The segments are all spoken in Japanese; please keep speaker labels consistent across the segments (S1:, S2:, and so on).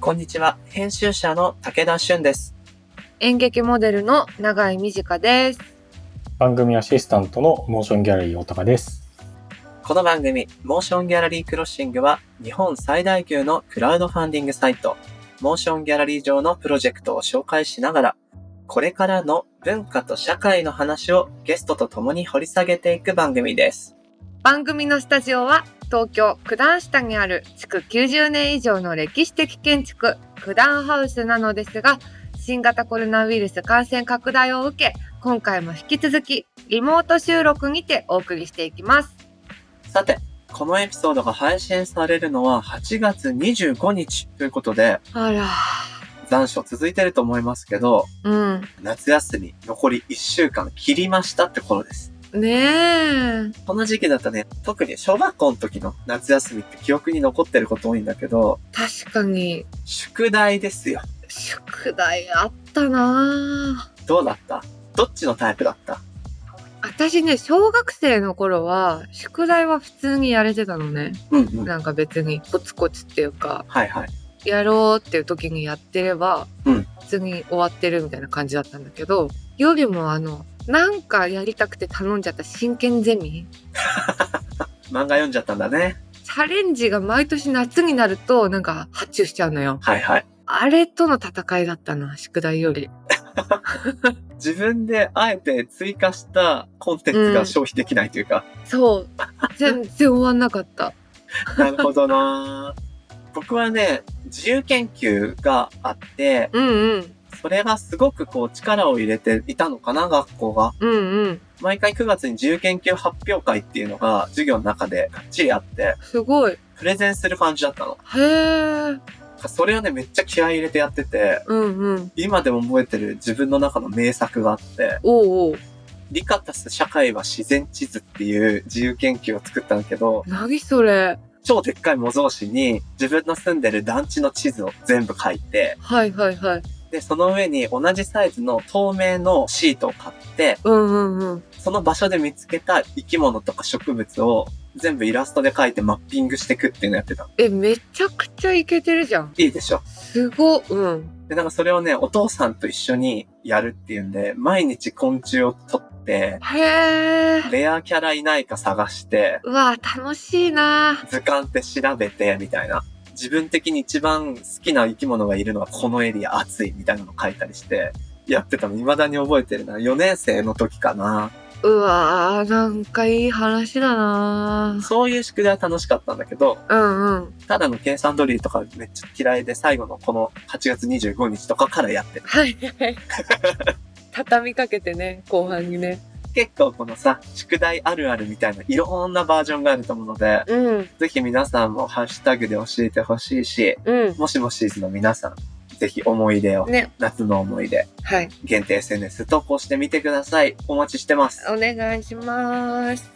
S1: こんにちは。編集者の武田俊です。
S2: 演劇モデルの永井美智香です。
S3: 番組アシスタントのモーションギャラリー大高です。
S1: この番組、モーションギャラリークロッシングは、日本最大級のクラウドファンディングサイト、モーションギャラリー上のプロジェクトを紹介しながら、これからの文化と社会の話をゲストと共に掘り下げていく番組です。
S2: 番組のスタジオは東京九段下にある築90年以上の歴史的建築九段ハウスなのですが、新型コロナウイルス感染拡大を受け、今回も引き続きリモート収録にてお送りしていきます。
S1: さて、このエピソードが配信されるのは8月25日ということで、
S2: あら、
S1: 残暑続いてると思いますけど、
S2: うん、
S1: 夏休み残り1週間切りましたって頃です。
S2: ねえ、
S1: この時期だとね、特に小学校の時の夏休みって記憶に残ってること多いんだけど、
S2: 確かに
S1: 宿題ですよ。
S2: 宿題あったなあ
S1: どうだったどっちのタイプだった
S2: 私ね、小学生の頃は宿題は普通にやれてたのね。
S1: うんうん。
S2: なんか別にコツコツっていうか、
S1: はいはい。
S2: やろうっていう時にやってれば、
S1: うん
S2: 普通に終わってるみたいな感じだったんだけど、よりもあの、なんかやりたくて頼んじゃった真剣ゼミ。
S1: 漫画読んじゃったんだね。
S2: チャレンジが毎年夏になると、なんか発注しちゃうのよ。
S1: はいはい。
S2: あれとの戦いだったな、宿題より。
S1: 自分であえて追加したコンテンツが消費できないというか。
S2: そう。全然終わんなかった。
S1: なるほどなぁ僕はね、自由研究があって、
S2: うんうん。
S1: それがすごくこう力を入れていたのかな、学校が。
S2: うんうん。
S1: 毎回9月に自由研究発表会っていうのが授業の中でがっちりあって、
S2: すごい。へ
S1: プレゼンする感じだったの。
S2: え。
S1: それをね、めっちゃ気合い入れてやってて、
S2: うんうん。
S1: 今でも覚えてる自分の中の名作があって、
S2: おうおう。
S1: リカタス社会は自然地図っていう自由研究を作ったんだけど、
S2: 何それ。
S1: 超でっかい模造紙に自分の住んでる団地の地図を全部書いて、
S2: はいはいはい。
S1: で、その上に同じサイズの透明のシートを買って、
S2: うんうんうん。
S1: その場所で見つけた生き物とか植物を全部イラストで描いてマッピングしていくっていうのやってたの。
S2: え、めちゃくちゃイケてるじゃん。
S1: いいでしょ
S2: すご、うん。
S1: で、なんかそれをね、お父さんと一緒にやるっていうんで、毎日昆虫を取って、
S2: へー。
S1: レアキャラいないか探して、
S2: うわ、楽しいな
S1: 図鑑って調べて、みたいな。自分的に一番好きな生き物がいるのはこのエリア暑いみたいなの書いたりして、やってたの未だに覚えてるな。4年生の時かな。
S2: うわなんかいい話だな
S1: そういう宿題は楽しかったんだけど、
S2: うんうん。
S1: ただの計算ドリルとかめっちゃ嫌いで、最後のこの8月25日とかからやってる。
S2: はいはい。畳みかけてね、後半にね。
S1: 結構このさ、宿題あるあるみたいないろんなバージョンがあると思うので、
S2: うん、
S1: ぜひ皆さんもハッシュタグで教えてほしいし、
S2: う
S1: もしもシーズの皆さん、ぜひ思い出を、
S2: ん。ね、
S1: 夏の思い出、
S2: はい。
S1: 限定 SNS 投稿してみてください。お待ちしてます。
S2: お願いします。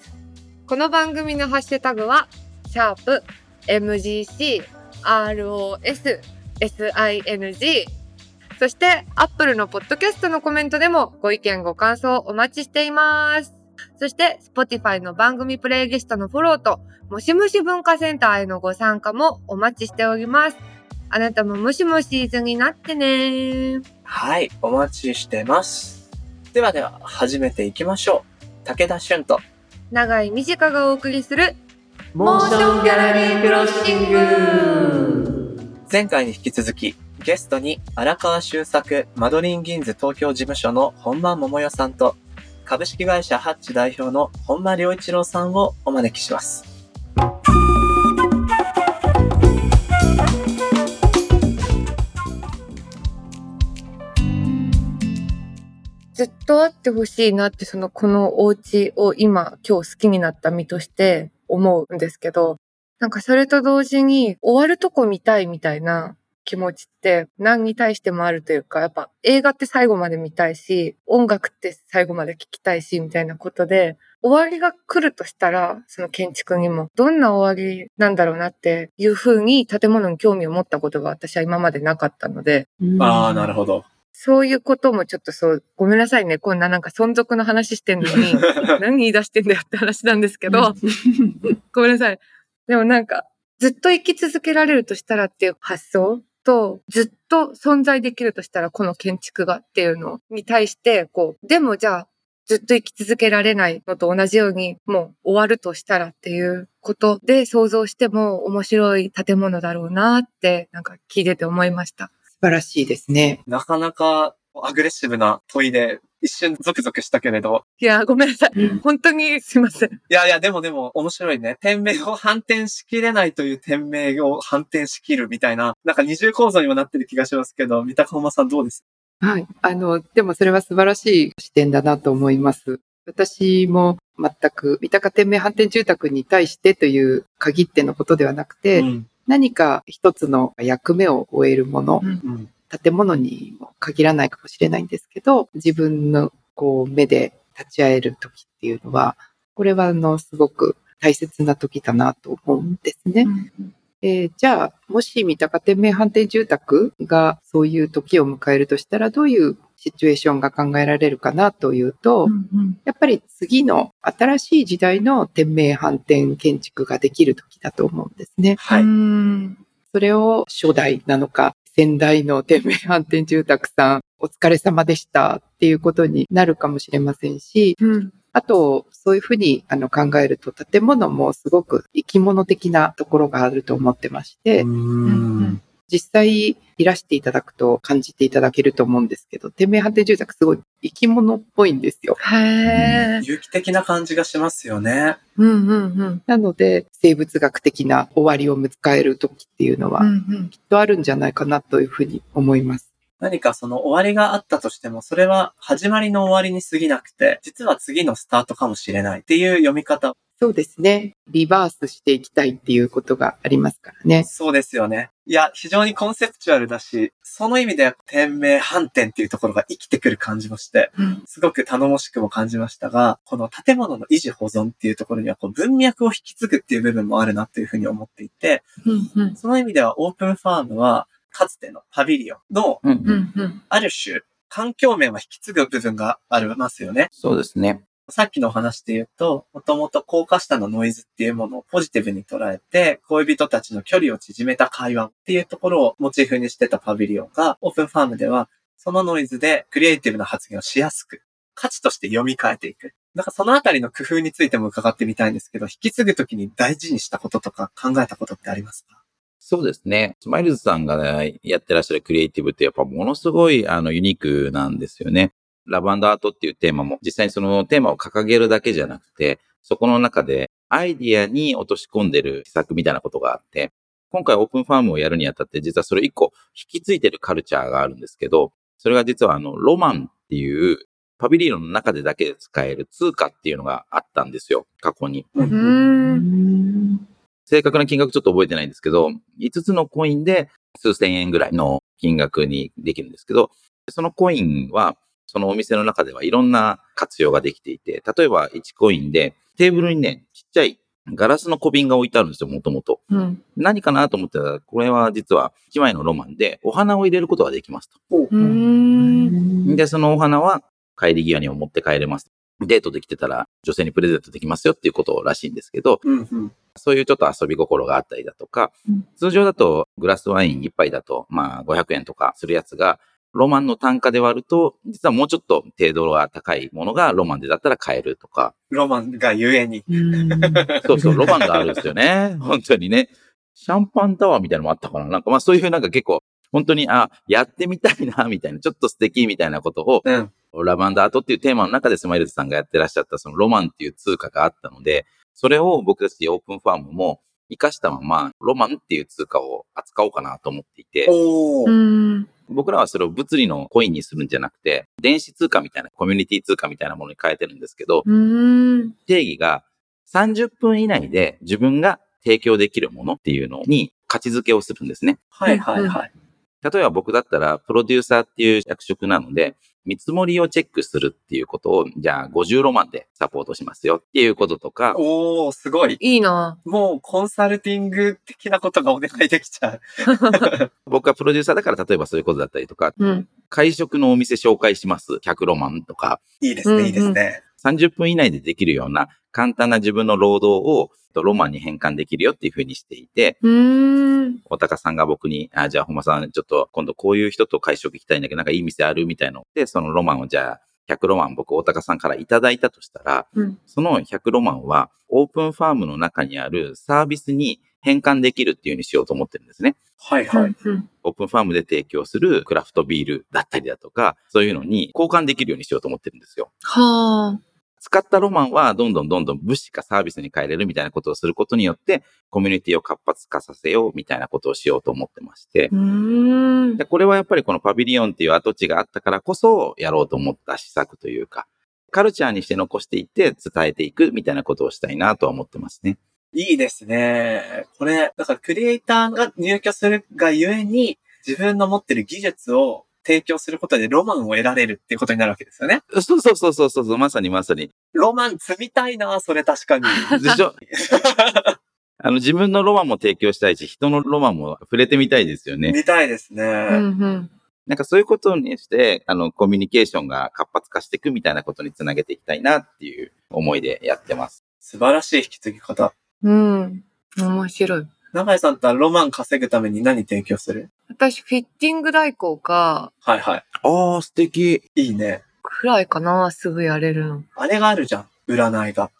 S2: この番組のハッシュタグは、シャープ MGC、ROS、SING。そして、Apple のポッドキャストのコメントでもご意見ご感想お待ちしています。そして、Spotify の番組プレイリストのフォローと、もしもし文化センターへのご参加もお待ちしております。あなたももしもしーずになってね
S1: はい、お待ちしてます。ではでは、始めていきましょう。武田俊と、
S2: 長井美智香がお送りする、
S1: モーションギャラリークロッシン
S2: グ
S1: 前回に引き続き、ゲストに荒川修作マドリン銀ズ東京事務所の本間桃代さんと、株式会社ハッチ代表の本間良一郎さんをお招きします。
S2: ずっとあってほしいなって、その、このお家を今、今日好きになった身として思うんですけど、なんかそれと同時に、終わるとこ見たいみたいな気持ちって、何に対してもあるというか、やっぱ映画って最後まで見たいし、音楽って最後まで聴きたいし、みたいなことで、終わりが来るとしたら、その建築にも、どんな終わりなんだろうなっていうふうに建物に興味を持ったことが私は今までなかったので、
S1: ああ、なるほど。
S2: そういうこともちょっとそう、ごめんなさいね。こんななんか存続の話してんのに、何言い出してんだよって話なんですけ ど、ごめんなさい。でもなんか、ずっと生き続けられるとしたらっていう発想と、ずっと存在できるとしたら、この建築がっていうのに対して、こう、でもじゃあ、ずっと生き続けられないのと同じように、もう終わるとしたらっていうことで想像しても面白い建物だろうなって、なんか聞いてて思いました。
S4: 素晴らしいですね。
S1: なかなかアグレッシブな問いで、一瞬ゾクゾクしたけれど。
S2: いや、ごめんなさい。
S4: うん
S2: 本当にすいません。
S1: いやいや、でもでも面白いね。店名を反転しきれないという店名を反転しきるみたいな、なんか二重構造にもなってる気がしますけど、三鷹本さんどうです
S4: はい。あの、でもそれは素晴らしい視点だなと思います。私も全く三鷹天命反転住宅に対してという限ってのことではなくて、
S1: うん。
S4: 何か一つの役目を終えるもの、
S1: うん。
S4: 建物にも限らないかもしれないんですけど、自分のこう目で立ち会える時っていうのは、これはあのすごく大切な時だなと思うんですね。えーじゃあ、もし三鷹天命反転住宅がそういう時を迎えるとしたら、どういうシチュエーションが考えられるかなというと、やっぱり次の新しい時代の天命反転建築ができる時だと思うんですね。
S1: はい。
S2: うん
S4: それを初代なのか、先代の天命反転住宅さん、お疲れ様でしたっていうことになるかもしれませんし、
S2: うん
S4: あと、そういうふうにあの考えると、建物もすごく生き物的なところがあると思ってまして、
S1: うん。
S4: 実際いらしていただくと感じていただけると思うんですけど、天命反転住宅すごい生き物っぽいんですよ。
S2: へえ。
S1: 有機的な感じがしますよね。
S2: うんうんうん。
S4: なので、生物学的な終わりを迎える時っていうの
S2: う
S4: は、
S2: んうん
S4: きっとあるんじゃないかなというふうに思います。
S1: 何かその終わりがあったとしても、それは始まりの終わりに過ぎなくて、実は次のスタートかもしれないっていう読み方。
S4: そうですね。リバースしていきたいっていうことがありますからね。
S1: そうですよね。いや、非常にコンセプチュアルだし、その意味で店名反転っていうところが生きてくる感じもして、
S2: うん
S1: すごく頼もしくも感じましたが、この建物の維持保存っていうところには、こう文脈を引き継ぐっていう部分もあるなというふうに思っていて、
S2: うんうん
S1: その意味ではオープンファームは、かつてのパビリオンの
S5: うん
S2: う
S5: うん
S2: んうん
S1: ある種、環境面は引き継ぐ部分がありますよね。
S5: そうですね。
S1: さっきのお話で言うと、もともと高架下のノイズっていうものをポジティブに捉えて、恋人たちの距離を縮めた会話っていうところをモチーフにしてたパビリオンが、オープンファームでは、そのノイズでクリエイティブな発言をしやすく、価値として読み替えていく。なんかそのあたりの工夫についても伺ってみたいんですけど、引き継ぐときに大事にしたこととか考えたことってありますか
S5: そうですね。スマイルズさんがね、やってらっしゃるクリエイティブってやっぱものすごいあのユニークなんですよね。ラブアートっていうテーマも実際にそのテーマを掲げるだけじゃなくて、そこの中でアイディアに落とし込んでる施策みたいなことがあって、今回オープンファームをやるにあたって実はそれ一個引き継いでるカルチャーがあるんですけど、それが実はあのロマンっていうパビリオンの中でだけで使える通貨っていうのがあったんですよ、過去に。
S1: う
S2: う
S4: うんん
S5: 正確な金額ちょっと覚えてないんですけど、5つのコインで数千円ぐらいの金額にできるんですけど、そのコインは、そのお店の中ではいろんな活用ができていて、例えば1コインでテーブルにね、ちっちゃいガラスの小瓶が置いてあるんですよ、もともと。
S2: うん
S5: 何かなと思ったら、これは実は1枚のロマンでお花を入れることができますと。
S2: うん
S5: で、そのお花は帰り際にも持って帰れます。デートできてたら女性にプレゼントできますよっていうことらしいんですけど、
S1: うんうん。
S5: そういうちょっと遊び心があったりだとか、
S2: うん
S5: 通常だとグラスワイン1杯だと、まあ500円とかするやつが、ロマンの単価で割ると、実はもうちょっと程度が高いものがロマンでだったら買えると か、
S1: ロマンがゆえに。
S5: そうそう、ロマンがあるんですよね。本当にね。シャンパンタワーみたいなのもあったかななんかまあそういうなんか結構、本当に、あ、やってみたいな、みたいな、ちょっと素敵みたいなことを、
S1: うん。
S5: ラバンダートっていうテーマの中でスマイルズさんがやってらっしゃったそのロマンっていう通貨があったので、それを僕たちオープンファームも活かしたまま、ロマンっていう通貨を扱おうかなと思っていて、
S1: おー。
S5: 僕らはそれを物理のコインにするんじゃなくて、電子通貨みたいな、コミュニティ通貨みたいなものに変えてるんですけど、
S2: うん
S5: 定義が30分以内で自分が提供できるものっていうのに価値づけをするんですね。
S1: はいはいはい。
S5: 例えば僕だったら、プロデューサーっていう役職なので、見積もりをチェックするっていうことを、じゃあ50ロマンでサポートしますよっていうこととか、
S1: おー、すごい。
S2: いいな
S1: もうコンサルティング的なことがお願いできちゃう。
S5: 僕はプロデューサーだから例えばそういうことだったりとか、
S2: うん
S5: 会食のお店紹介します、100ロマンとか、
S1: いいです
S2: うんう
S1: ね、
S2: ん
S1: いいですね。
S5: 30分以内でできるような簡単な自分の労働をロマンに変換できるよっていうふうにしていて、
S2: うーん。
S5: おたかさんが僕に、あ、じゃあ、ほんまさん、ちょっと今度こういう人と会食行きたいんだけど、なんかいい店あるみたいので、そのロマンをじゃあ、100ロマン僕、おたかさんからいただいたとしたら、
S2: うん
S5: その100ロマンは、オープンファームの中にあるサービスに変換できるっていうようにしようと思ってるんですね。
S1: はいはい。
S2: うん
S5: オープンファームで提供するクラフトビールだったりだとか、そういうのに交換できるようにしようと思ってるんですよ。
S2: はあ。
S5: 使ったロマンはどんどんどんどん物資かサービスに変えれるみたいなことをすることによって、コミュニティを活発化させようみたいなことをしようと思ってまして
S2: う、ーん。
S5: でこれはやっぱりこのパビリオンっていう跡地があったからこそやろうと思った施策というか、カルチャーにして残していって伝えていくみたいなことをしたいなとは思ってますね。
S1: いいですね。これ、だからクリエイターが入居するがゆえに、自分の持ってる技術を提供することでロマンを得られるっていうことになるわけですよね。
S5: そうそうそうそうそう、まさにまさに。
S1: ロマン積みたいな、それ確 かに。
S5: で しょあの、自分のロマンも提供したいし、人のロマンも触れてみたいですよね。
S1: 見たいですね。
S2: うんうん。
S5: なんかそういうことにして、あの、コミュニケーションが活発化していくみたいなことにつなげていきたいなっていう思いでやってます。
S1: 素晴らしい引き継ぎ方。
S2: うん。面白い。
S1: 永井さんとはロマン稼ぐために何提供する
S2: 私、フィッティング代行か、
S1: はいは
S5: ああ、素敵。
S1: い。いいね。
S2: くらいかな、すぐやれるの。
S1: あれがあるじゃん。占いが。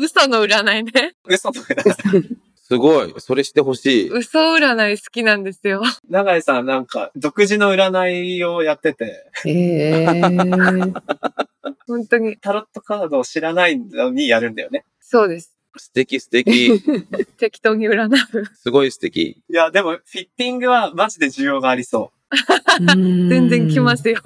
S2: 嘘の占いね。
S1: 嘘の占い。
S5: すごい。それしてほしい。
S2: 嘘占い好きなんですよ。
S1: 永井さんなんか、独自の占いをやってて、
S4: ええ。
S2: 本当に。
S1: タロットカードを知らないのにやるんだよね。
S2: そうです。
S5: 素敵素 敵。
S2: 適当に占う。
S5: すごい素敵。
S1: いや、でも、フィッティングはマジで需要がありそ
S2: 全然来ますすよ。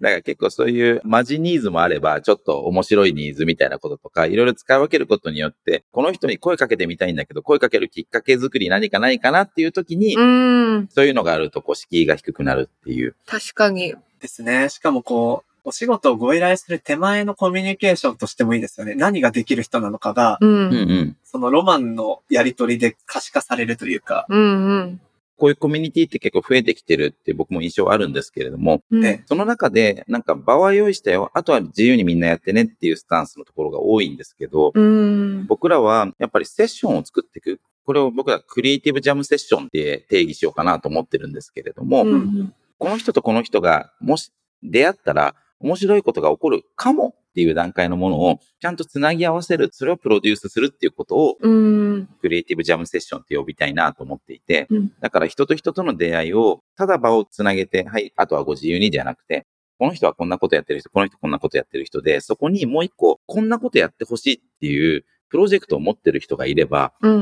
S5: だから結構そういうマジニーズもあれば、ちょっと面白いニーズみたいなこととか、いろいろ使い分けることによって、この人に声かけてみたいんだけど、声かけるきっかけ作り何かないかなっていう時に
S2: う、ーん。
S5: そういうのがあると、こう、敷居が低くなるっていう。
S2: 確かに。
S1: う。ですね。しかもこう、お仕事をご依頼する手前のコミュニケーションとしてもいいですよね。何ができる人なのかが、
S2: うん。
S5: うんうん。
S1: そのロマンのやりとりで可視化されるというか。
S2: うんうん。
S5: こういうコミュニティって結構増えてきてるって僕も印象あるんですけれども、
S2: うん
S1: え
S5: その中で、なんか場は用意したよ。あとは自由にみんなやってねっていうスタンスのところが多いんですけど、
S2: うん。
S5: 僕らはやっぱりセッションを作っていく。これを僕らクリエイティブジャムセッションって定義しようかなと思ってるんですけれども、
S2: うん
S5: この人とこの人がもし出会ったら面白いことが起こるかもっていう段階のものをちゃんとつなぎ合わせる、それをプロデュースするっていうことを
S2: うん。
S5: クリエイティブジャムセッションって呼びたいなと思っていて、
S2: うん
S5: だから人と人との出会いを、ただ場をつなげて、はい、あとはご自由にじゃなくて、この人はこんなことやってる人、この人こんなことやってる人で、そこにもう一個、こんなことやってほしいっていうプロジェクトを持ってる人がいれば、
S2: うん
S4: う
S2: うん。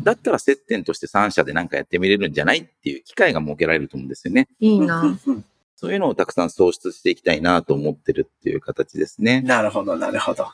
S4: ん
S5: だったら接点として3社で何かやってみれるんじゃないっていう機会が設けられると思うんですよね。
S2: いい
S1: うん
S2: な。
S1: うん
S5: そういうのをたくさん創出していきたいなと思ってるっていう形ですね。
S1: なるほど、なるほど。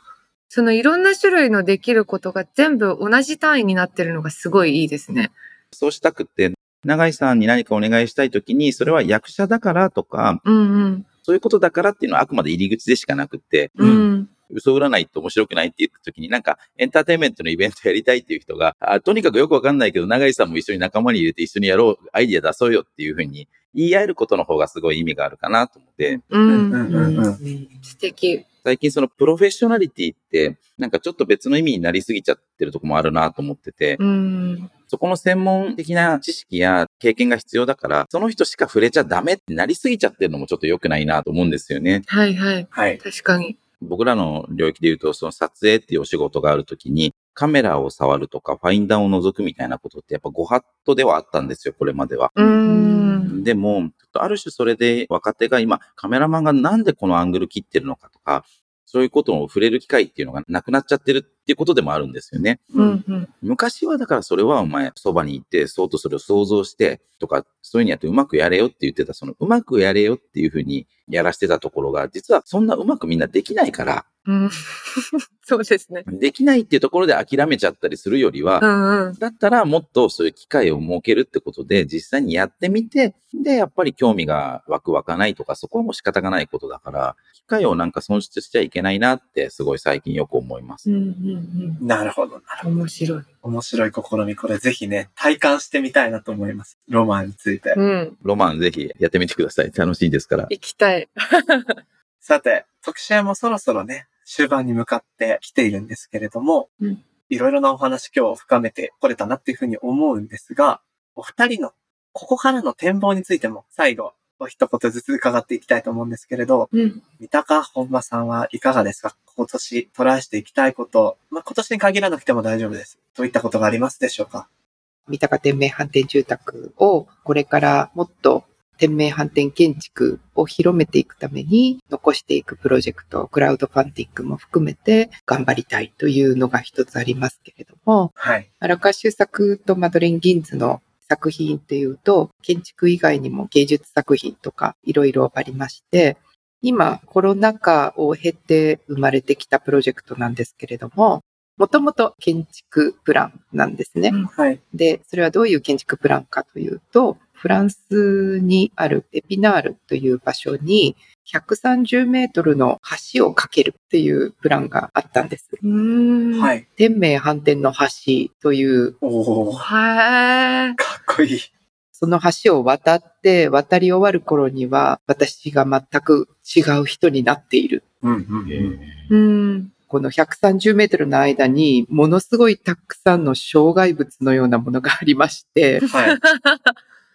S2: そのいろんな種類のできることが全部同じ単位になってるのがすごいいいですね。
S5: そうしたくて、永井さんに何かお願いしたいときに、それは役者だからとか、
S2: うんうん。
S5: そういうことだからっていうのはあくまで入り口でしかなくって、
S2: うん。
S5: 嘘占いって面白くないって言った時になんかエンターテインメントのイベントやりたいっていう人が、あとにかくよくわかんないけど、永井さんも一緒に仲間に入れて一緒にやろう、アイディア出そうよっていうふうに言い合えることの方がすごい意味があるかなと思って、
S1: う
S2: う。
S1: んうんんうんうん。
S2: 素敵。
S5: 最近そのプロフェッショナリティってなんかちょっと別の意味になりすぎちゃってるとこもあるなと思ってて、
S2: うん。
S5: そこの専門的な知識や経験が必要だから、その人しか触れちゃダメってなりすぎちゃってるのもちょっと良くないなと思うんですよね。
S2: はいはい。
S1: はい。
S2: 確かに。
S5: 僕らの領域で言うと、その撮影っていうお仕事があるときに、カメラを触るとか、ファインダーを覗くみたいなことって、やっぱご法度ではあったんですよ、これまでは。
S2: うん。
S5: でも、ちょっとある種それで若手が今、カメラマンがなんでこのアングル切ってるのかとか、そういうことを触れる機会っていうのがなくなっちゃってるっていうことでもあるんですよね。
S2: うんうん。
S5: 昔はだからそれはお前、そばに行って、そうとそれを想像してとか、そういうのやってうまくやれよって言ってた、そのうまくやれよっていうふうにやらしてたところが、実はそんなうまくみんなできないから、
S2: うん。 そうですね。
S5: できないっていうところで諦めちゃったりするよりは、
S2: うんうん。
S5: だったらもっとそういう機会を設けるってことで、実際にやってみて、で、やっぱり興味が湧く湧かないとか、そこはもう仕方がないことだから、機会をなんか損失しちゃいけないなって、すごい最近よく思いま
S2: う
S5: す。
S2: んうん
S1: なるほど、なるほど。
S2: うん。面白い。
S1: 面白い試み、これぜひね、体感してみたいなと思います。ロマンについて。
S2: うん。
S5: ロマンぜひやってみてください。楽しいですから。
S2: 行きたい。
S1: さて、特集もそろそろね、終盤に向かってきているんですけれども、
S4: うん
S1: いろいろなお話今日深めてこれたなっていうふうに思うんですが、お二人のここからの展望についても最後、お一言ずつ伺っていきたいと思うんですけれど、
S4: うん。
S1: 三鷹本間さんはいかがですか今年トライしていきたいこと、まあ、今年に限らなくても大丈夫です。どういったことがありますでしょうか
S4: 三鷹天明飯店住宅をこれからもっと天明飯店建築を広めていくために残していくプロジェクト、クラウドファンディングも含めて頑張りたいというのが一つありますけれども、
S1: はい。
S4: 荒川修作とマドレン・ギンズの作品っていうと、建築以外にも芸術作品とかいろいろありまして、今コロナ禍を経て生まれてきたプロジェクトなんですけれども、もともと建築プランなんですね。
S1: はい。
S4: で、それはどういう建築プランかというと、フランスにあるエピナールという場所に130メートルの橋を架けるっていうプランがあったんです。
S2: うん。。
S1: はいい。
S4: 天明反転の橋という、
S1: おー、
S2: はー。
S1: かっこいい。
S4: その橋を渡って渡り終わる頃には私が全く違う人になっている。
S1: うんうんうん。
S2: うん。
S4: この130メートルの間にものすごいたくさんの障害物のようなものがありまして、
S1: はい。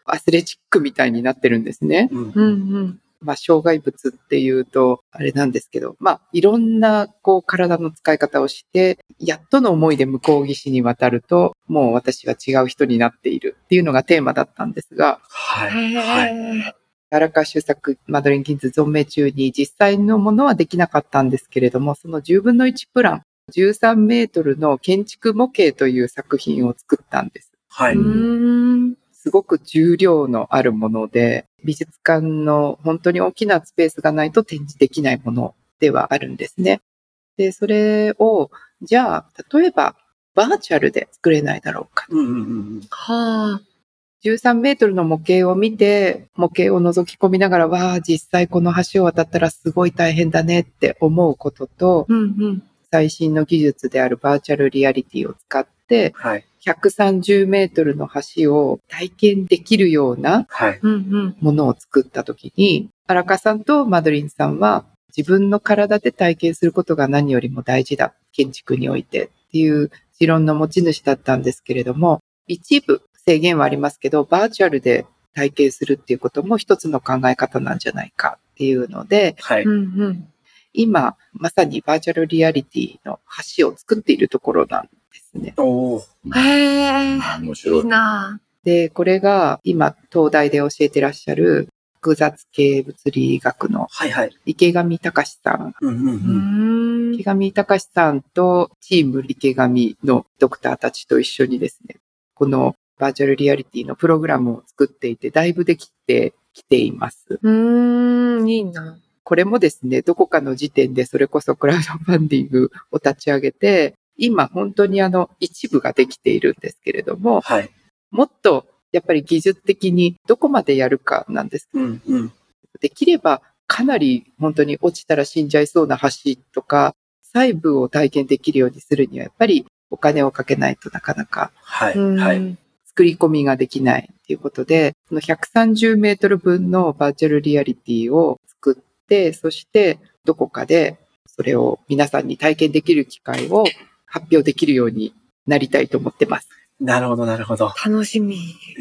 S4: アスレチックみたいになってるんですね。
S1: うん
S2: うんうん。
S4: まあ、障害物っていうと、あれなんですけど、まあ、いろんな、こう、体の使い方をして、やっとの思いで向こう岸に渡ると、もう私は違う人になっているっていうのがテーマだったんですが、
S1: はい。はい。
S2: へ
S4: 荒川修作、マドレン・ギンズ存命中に実際のものはできなかったんですけれども、その10分の1プラン、13メートルの建築模型という作品を作ったんです。
S1: は
S2: ー
S1: い。
S2: うん。
S4: すごく重量のあるもので、美術館の本当に大きなスペースがないと展示できないものではあるんですね。で、それを、じゃあ、例えば、バーチャルで作れないだろうか。
S1: うんうんうん
S2: はあ。
S4: 13メートルの模型を見て、模型を覗き込みながら、わあ、実際この橋を渡ったらすごい大変だねって思うことと、
S2: うんうん。
S4: 最新の技術であるバーチャルリアリティを使って、
S1: はい。
S4: 130メートルの橋を体験できるような
S1: はい。
S2: うんうん。
S4: ものを作った時に、荒川さんとマドリンさんは自分の体で体験することが何よりも大事だ。建築においてっていう持論の持ち主だったんですけれども、一部制限はありますけど、バーチャルで体験するっていうことも一つの考え方なんじゃないかっていうので、
S1: はい。
S2: うんうん。
S4: 今まさにバーチャルリアリティの橋を作っているところなんですね。
S1: おー。
S2: へえ。
S5: 面白
S2: い
S5: い
S2: い。な
S4: で、これが今東大で教えてらっしゃる複雑系物理学の
S1: はいはい。
S4: 池上隆さん
S1: うんうんう。
S2: ぁ。うんん。
S4: 池上隆さんとチーム池上のドクターたちと一緒にですね、このバーチャルリアリティのプログラムを作っていて、だいぶできてきています。
S2: うん。いいな
S4: これもですね、どこかの時点でそれこそクラウドファンディングを立ち上げて、今本当にあの一部ができているんですけれども、
S1: はい。
S4: もっとやっぱり技術的にどこまでやるかなんです
S1: うんうん。
S4: できればかなり本当に落ちたら死んじゃいそうな橋とか、細部を体験できるようにするにはやっぱりお金をかけないとなかなか
S1: はい。
S2: うん。
S1: はい。
S4: 作り込みができないっていうことで、この130メートル分のバーチャルリアリティを作って、そしてどこかでそれを皆さんに体験できる機会を発表できるようになりたいと思ってます。
S1: なるほどなるほど。
S2: 楽しみ。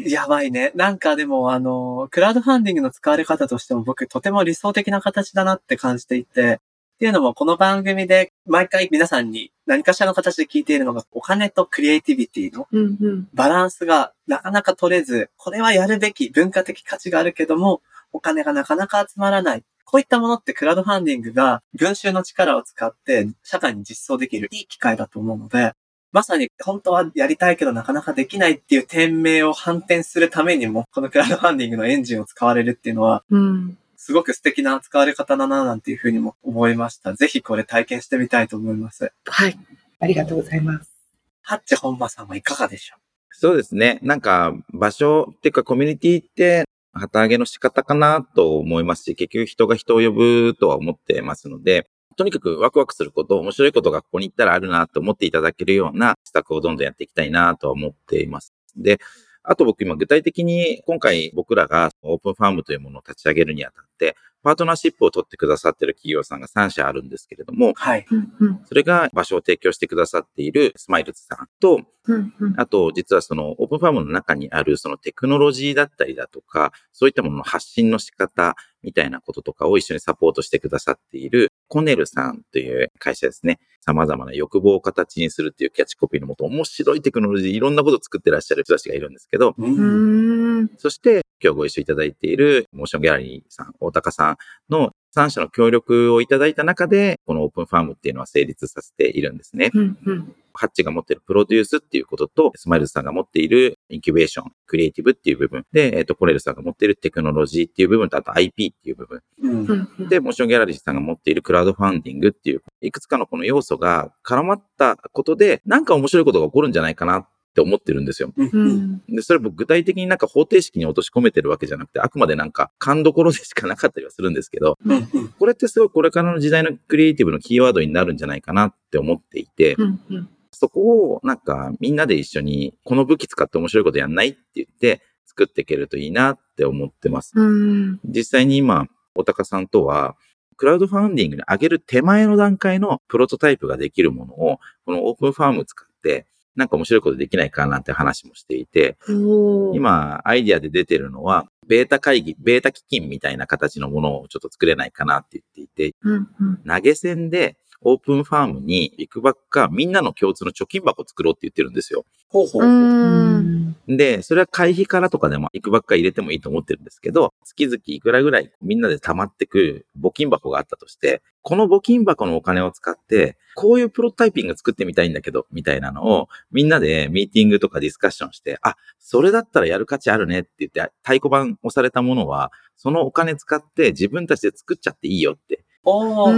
S1: やばいね。なんかでも、あの、クラウドファンディングの使われ方としても僕とても理想的な形だなって感じていて、っていうのもこの番組で毎回皆さんに何かしらの形で聞いているのがお金とクリエイティビティの
S2: うんうん。
S1: バランスがなかなか取れず、これはやるべき文化的価値があるけども、お金がなかなか集まらない。こういったものってクラウドファンディングが群衆の力を使って社会に実装できるいい機会だと思うので、まさに本当はやりたいけどなかなかできないっていう点名を反転するためにも、このクラウドファンディングのエンジンを使われるっていうのは、
S2: うん。
S1: すごく素敵な使われ方だななんていうふうにも思いました。ぜひこれ体験してみたいと思います。
S2: はい。
S4: ありがとうございます。
S1: ハッチ本間さんはいかがでしょ
S5: そうですね。なんか、場所っていうかコミュニティって、旗揚げの仕方かなと思いますし、結局人が人を呼ぶとは思ってますので、とにかくワクワクすること、面白いことがここに行ったらあるなと思っていただけるような施策をどんどんやっていきたいなとは思っています。で、あと僕今具体的に今回僕らがオープンファームというものを立ち上げるにあたって、パートナーシップを取ってくださってる企業さんが3社あるんですけれども、
S1: はい。
S2: うんうん
S5: それが場所を提供してくださっているスマイルズさんと、
S2: うんうん
S5: あと実はそのオープンファームの中にあるそのテクノロジーだったりだとか、そういったものの発信の仕方みたいなこととかを一緒にサポートしてくださっているコネルさんという会社ですね。様々な欲望を形にするっていうキャッチコピーのもと、面白いテクノロジー、いろんなことを作ってらっしゃる人たちがいるんですけど、
S1: う
S2: うー
S1: ん。
S2: ん
S5: そして今日ご一緒いただいているモーションギャラリーさん、大高さんの3社の協力をいただいた中で、このオープンファームっていうのは成立させているんですね。
S2: うんうん
S5: ハッチが持ってるプロデュースっていうことと、スマイルズさんが持っているインキュベーション、クリエイティブっていう部分で、えっ、と、コレルさんが持っているテクノロジーっていう部分と、あと IP っていう部分
S1: うん
S2: うんうん
S5: で、モーションギャラリーさんが持っているクラウドファンディングっていう、いくつかのこの要素が絡まったことで、なんか面白いことが起こるんじゃないかなって思ってるんですよ。
S1: うん
S2: う
S1: うん
S2: ん
S5: で、それ僕具体的になんか方程式に落とし込めてるわけじゃなくて、あくまでなんか勘どころでしかなかったりはするんですけど、
S1: うんうん
S5: これってすごいこれからの時代のクリエイティブのキーワードになるんじゃないかなって思っていて、
S2: うんうん
S5: そこをなんかみんなで一緒にこの武器使って面白いことやんないって言って作っていけるといいなって思ってます。
S2: うん
S5: 実際に今、おたかさんとは、クラウドファンディングに上げる手前の段階のプロトタイプができるものを、このオープンファーム使って、なんか面白いことできないかなって話もしていて、
S2: おー
S5: 今、アイディアで出てるのは、ベータ会議、ベータ基金みたいな形のものをちょっと作れないかなって言っていて、
S2: うんうん
S5: 投げ銭でオープンファームにビッグバックかみんなの共通の貯金箱を作ろうって言ってるんですよ。
S1: ほうほ
S2: う
S1: う。
S2: ーん
S5: で、それは会費からとかでもビッグバックか入れてもいいと思ってるんですけど、月々いくらぐらいみんなで溜まってく募金箱があったとして、この募金箱のお金を使って、こういうプロトタイピング作ってみたいんだけど、みたいなのをみんなでミーティングとかディスカッションして、あ、それだったらやる価値あるねって言って、太鼓判押されたものは、そのお金使って自分たちで作っちゃっていいよって
S1: お
S2: う
S1: ー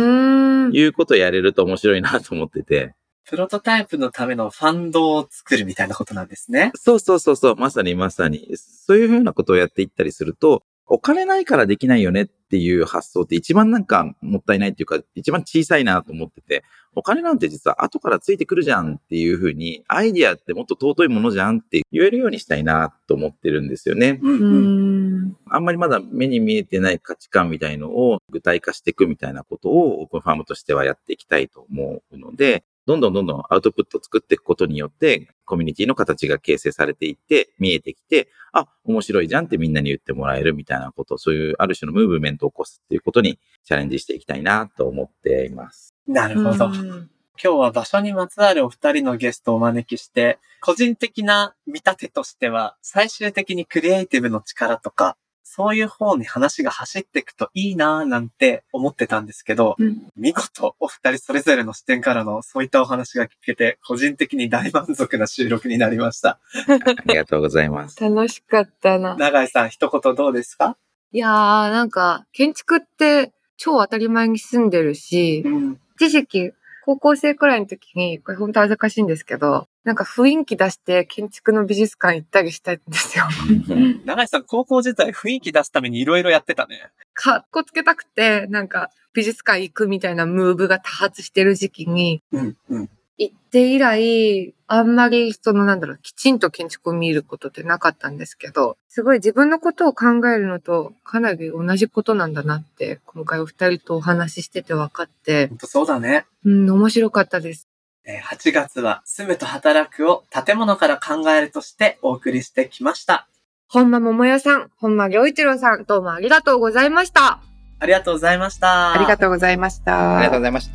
S2: ーん
S5: いうことやれると面白いなと思ってて。
S1: プロトタイプのためのファンドを作るみたいなことなんですね。
S5: そうそうそうそう、まさにまさに。そういうふうなことをやっていったりすると、お金ないからできないよねっていう発想って一番なんかもったいないっていうか、一番小さいなと思ってて、お金なんて実は後からついてくるじゃんっていうふうに、アイディアってもっと尊いものじゃんって言えるようにしたいなと思ってるんですよね。
S1: う
S2: うー
S1: ん
S2: ん
S5: あんまりまだ目に見えてない価値観みたいのを具体化していくみたいなことをオープンファームとしてはやっていきたいと思うので、どんどんどんどんアウトプットを作っていくことによって、コミュニティの形が形成されていって、見えてきて、あ、面白いじゃんってみんなに言ってもらえるみたいなこと、そういうある種のムーブメントを起こすっていうことにチャレンジしていきたいなと思っています。
S1: なるほど。
S2: うん
S1: 今日は場所にまつわるお二人のゲストをお招きして、個人的な見立てとしては、最終的にクリエイティブの力とか、そういう方に話が走っていくといいなぁなんて思ってたんですけど、
S2: うん
S1: 見事お二人それぞれの視点からのそういったお話が聞けて、個人的に大満足な収録になりました。
S5: ありがとうございます。
S2: 楽しかったな
S1: 永井さん一言どうですか
S2: いやーなんか建築って超当たり前に住んでるし
S1: うん。
S2: 一時期高校生くらいの時にこれ本当恥ずかしいんですけどなんか雰囲気出して建築の美術館行ったりしたんですよ。
S1: 永井さん高校時代雰囲気出すためにいろいろやってたね。
S2: かっこつけたくてなんか美術館行くみたいなムーブが多発してる時期に
S1: うん、うん。
S2: 行って以来、あんまりそのなんだろう、きちんと建築を見ることってなかったんですけど、すごい自分のことを考えるのとかなり同じことなんだなって、今回お二人とお話ししてて分かって
S1: ほ、んとそうだね。
S2: うん、面白かったです。
S1: えー8月は住むと働くを建物から考えるとしてお送りしてきました。
S2: 本間桃代さん、本間良一郎さん、どうもありがとうございました。
S1: ありがとうございました。
S4: ありがとうございました。
S5: ありがとうございまし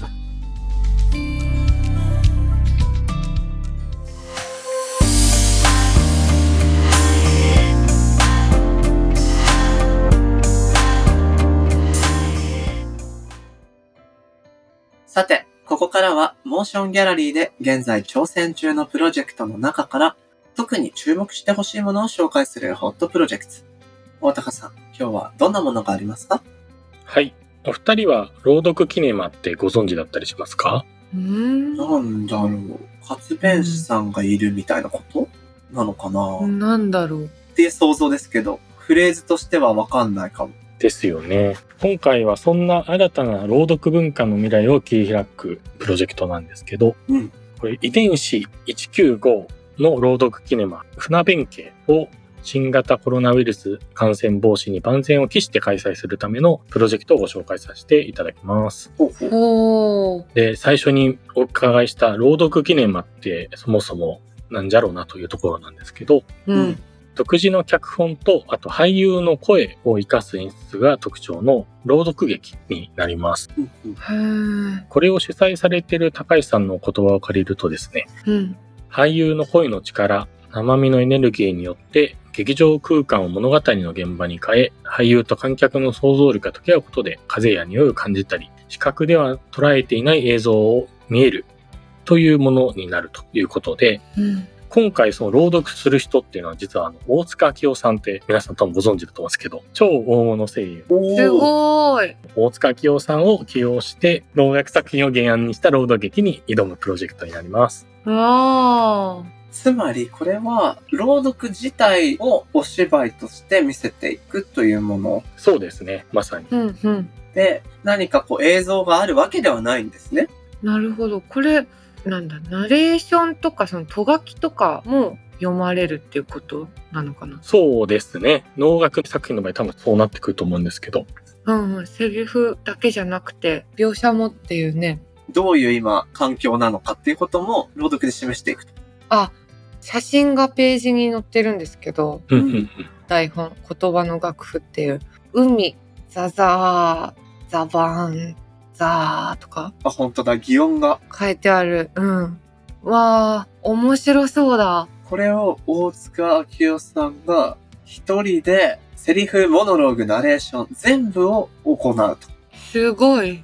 S5: た。
S1: さて、ここからは、モーションギャラリーで現在挑戦中のプロジェクトの中から、特に注目してほしいものを紹介するホットプロジェクト。大高さん、今日はどんなものがありますか
S6: はい。お二人は朗読キネマってご存知だったりしますか
S2: うー
S1: なんだろう、活弁士さんがいるみたいなことなのかな、っ
S2: ん。なんだろう。
S1: ていう想像ですけど、フレーズとしてはわかんないかも。
S6: ですよね。今回はそんな新たな朗読文化の未来を切り開くプロジェクトなんですけど、
S1: うん
S6: これ遺伝子195の朗読キネマ、船弁慶を新型コロナウイルス感染防止に万全を期して開催するためのプロジェクトをご紹介させていただきます。
S1: ほうほう
S2: おー。
S6: で、最初にお伺いした朗読キネマってそもそもなんじゃろうなというところなんですけど、
S2: うん。
S6: 独自の脚本と、あと俳優の声を活かす演出が特徴の朗読劇になります。
S1: うんうん
S2: へー
S6: これを主催されている高橋さんのお言葉を借りるとですね、
S2: うん。
S6: 俳優の声の力、生身のエネルギーによって、劇場空間を物語の現場に変え、俳優と観客の想像力が溶け合うことで、風や匂いを感じたり、視覚では捉えていない映像を見えるというものになるということで、
S2: うん。
S6: 今回その朗読する人っていうのは実はあの大塚明夫さんって皆さん多分ご存知だと思うんですけど、超大物声優
S1: おー
S2: すごーい。
S6: 大塚明夫さんを起用して、朗読作品を原案にした朗読劇に挑むプロジェクトになります。
S2: あ
S1: つまりこれは朗読自体をお芝居として見せていくというもの
S6: そうですね、まさに。
S2: ー。うんうん。
S1: で何かこう映像があるわけではないんですね。
S2: なるほど。これ、なんだ、ナレーションとか、その、とがきとかも読まれるっていうことなのかな。
S6: そうですね。能楽作品の場合多分そうなってくると思うんですけど。
S2: うんうん。セリフだけじゃなくて、描写もっていうね。
S1: どういう今環境なのかっていうことも朗読で示していくと。
S2: あ、写真がページに載ってるんですけど、
S6: うん
S1: うんうん
S2: 台本、言葉の楽譜っていう、海、ザザー、ザバーン、ザーとか
S1: あ、本当だ、擬音が。
S2: 書いてある。うん。わー、面白そうだ。
S1: これを大塚明夫さんが一人でセリフ、モノローグ、ナレーション全部を行うと。
S2: すごい。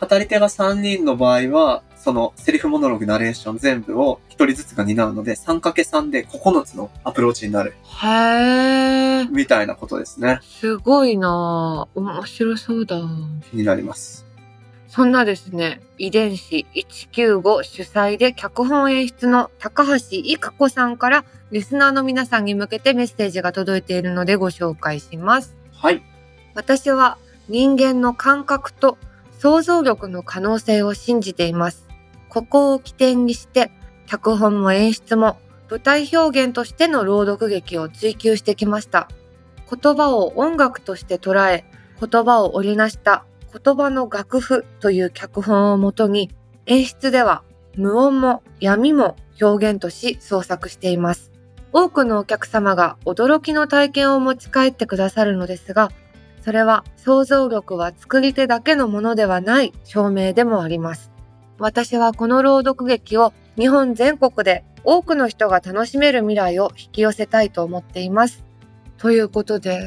S1: 語り手が3人の場合は、そのセリフ、モノローグ、ナレーション全部を一人ずつが担うので、3×3 で9つのアプローチになる
S2: へー。
S1: みたいなことですね。
S2: すごいなぁ。面白そうだ。
S1: 気になります。
S2: そんなですね、遺伝子195主催で脚本演出の高橋いか子さんからリスナーの皆さんに向けてメッセージが届いているのでご紹介します。
S1: はい。
S2: 私は人間の感覚と想像力の可能性を信じています。ここを起点にして、脚本も演出も舞台表現としての朗読劇を追求してきました。言葉を音楽として捉え、言葉を織りなした言葉の楽譜という脚本をもとに、演出では無音も闇も表現とし創作しています。多くのお客様が驚きの体験を持ち帰ってくださるのですが、それは想像力は作り手だけのものではない証明でもあります。私はこの朗読劇を日本全国で多くの人が楽しめる未来を引き寄せたいと思っています。ということで、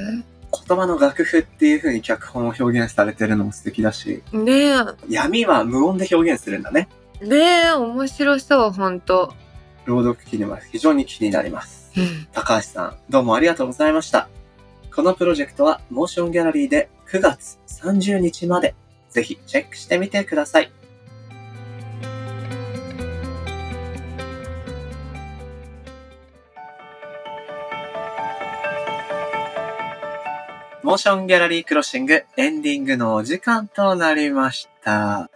S1: 言葉の楽譜っていう風に脚本を表現されてるのも素敵だし、
S2: ね
S1: 闇は無音で表現するんだね。
S2: え、ねえ、面白そう、ほんと。
S1: 朗読記には非常に気になります。高橋さん、どうもありがとうございました。このプロジェクトはモーションギャラリーで9月30日まで、ぜひチェックしてみてください。モーションギャラリークロッシングエンディングのお時間となりました。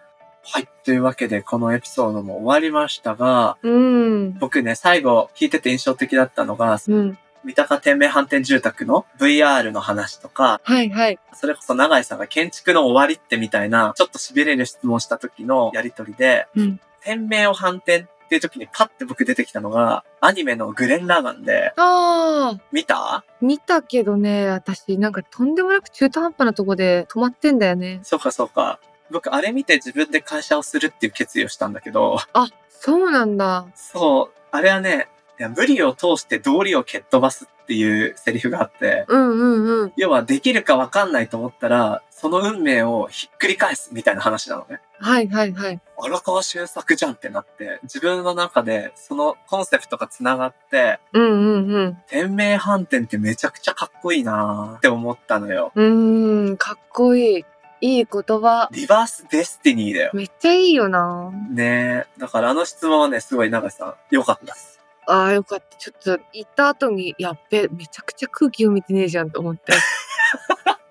S1: はい。というわけで、このエピソードも終わりましたが、
S2: うん。
S1: 僕ね、最後聞いてて印象的だったのが、
S2: うん。
S1: 三鷹天命反転住宅の VR の話とか、
S2: はいはい。
S1: それこそ永井さんが建築の終わりってみたいな、ちょっと痺れる質問した時のやりとりで、
S2: うん
S1: 天命を反転っていう時にパッて僕出てきたのが、アニメのグレン・ラーガンで、
S2: ああ、
S1: 見た
S2: 見たけどね、私、なんかとんでもなく中途半端なとこで止まってんだよね。
S1: そうかそうか。僕、あれ見て自分で会社をするっていう決意をしたんだけど、
S2: あ、そうなんだ。
S1: そう、あれはね、いや無理を通して道理を蹴っ飛ばすっていうセリフがあって、
S2: うんうんうん。
S1: 要はできるかわかんないと思ったら、その運命をひっくり返すみたいな話なのね。
S2: はいはいはい。
S1: 荒川修作じゃんってなって、自分の中でそのコンセプトが繋がって、
S2: うんうんうん。
S1: 天命反転ってめちゃくちゃかっこいいなーって思ったのよ。
S2: うーん、かっこいい。いい言葉。
S1: リバースデスティニーだよ。
S2: めっちゃいいよな。
S1: ねえ。だからあの質問はね、すごい長井さん、良かったです。
S2: ああ、よかった。ちょっと行った後に、やっべ、めちゃくちゃ空気読めてねえじゃんと思って。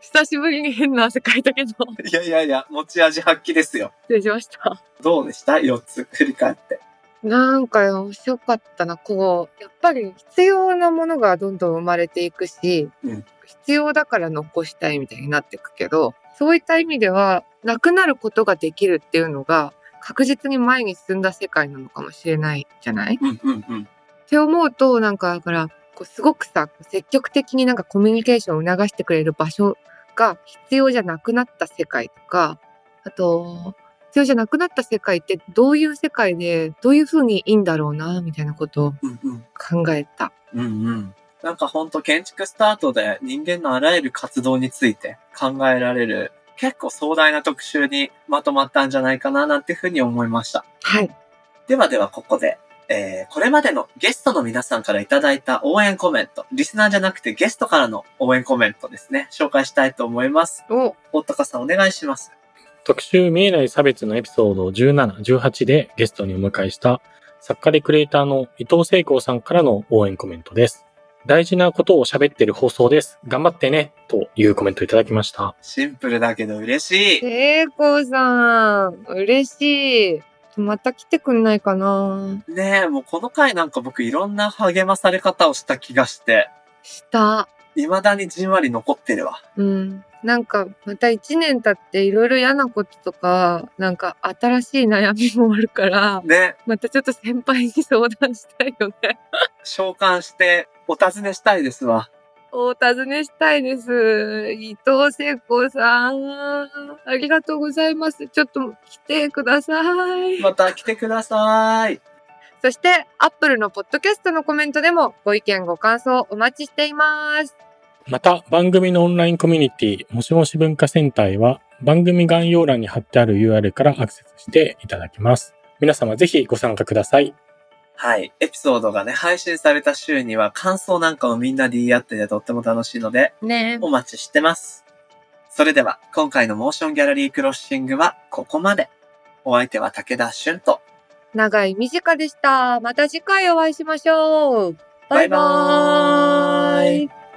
S2: 久しぶりに変な汗かいたけど、
S1: いやいやいや、持ち味発揮ですよ。
S2: 失礼しました。
S1: どうでした ?4 つ振り返って。
S2: なんか面白かったな。こう、やっぱり必要なものがどんどん生まれていくし、
S1: うん
S2: 必要だから残したいみたいになっていくけど、そういった意味では、なくなることができるっていうのが、確実に前に進んだ世界なのかもしれないじゃない
S1: うんうんうん。
S2: って思うと、なんか、だから、こうすごくさ、積極的になんかコミュニケーションを促してくれる場所が必要じゃなくなった世界とか、あと、必要じゃなくなった世界ってどういう世界で、どういうふうにいいんだろうな、みたいなことを
S1: うんうん。
S2: 考えた。
S1: うんうん。なんかほんと建築スタートで人間のあらゆる活動について考えられる結構壮大な特集にまとまったんじゃないかななんていうふうに思いました。
S2: はい。
S1: ではではここで、えー、これまでのゲストの皆さんからいただいた応援コメント、リスナーじゃなくてゲストからの応援コメントですね、紹介したいと思います。
S2: お、
S1: おったかさんお願いします。
S6: 特集見えない差別のエピソード17、18でゲストにお迎えした作家でクリエイターの伊藤聖光さんからの応援コメントです。大事なことを喋ってる放送です。頑張ってねというコメントいただきました。
S1: シンプルだけど嬉しい。
S2: 聖子さん、嬉しい。また来てくんないかな
S1: ねえ、もうこの回なんか僕いろんな励まされ方をした気がして、
S2: した。
S1: 未だにじんわり残ってるわ。
S2: うん。なんか、また一年経っていろいろ嫌なこととか、なんか新しい悩みもあるから、
S1: ね、
S2: またちょっと先輩に相談したいよ ね。
S1: 召喚してお尋ねしたいですわ。
S2: お尋ねしたいです。伊藤聖子さん。ありがとうございます。ちょっと来てください。
S1: また来てください。
S2: そして、アップルのポッドキャストのコメントでもご意見ご感想お待ちしています。
S6: また番組のオンラインコミュニティもしもし文化センターへは番組概要欄に貼ってある URL からアクセスしていただけます。皆様ぜひご参加ください。
S1: はい。エピソードがね、配信された週には感想なんかをみんなで言い合っててとっても楽しいので、
S2: ね
S1: お待ちしてます。それでは、今回のモーションギャラリークロッシングはここまで。お相手は武田俊と。
S2: 長い短でした。また次回お会いしましょう。バイバ
S1: バイバー
S2: ー
S1: イ
S2: イ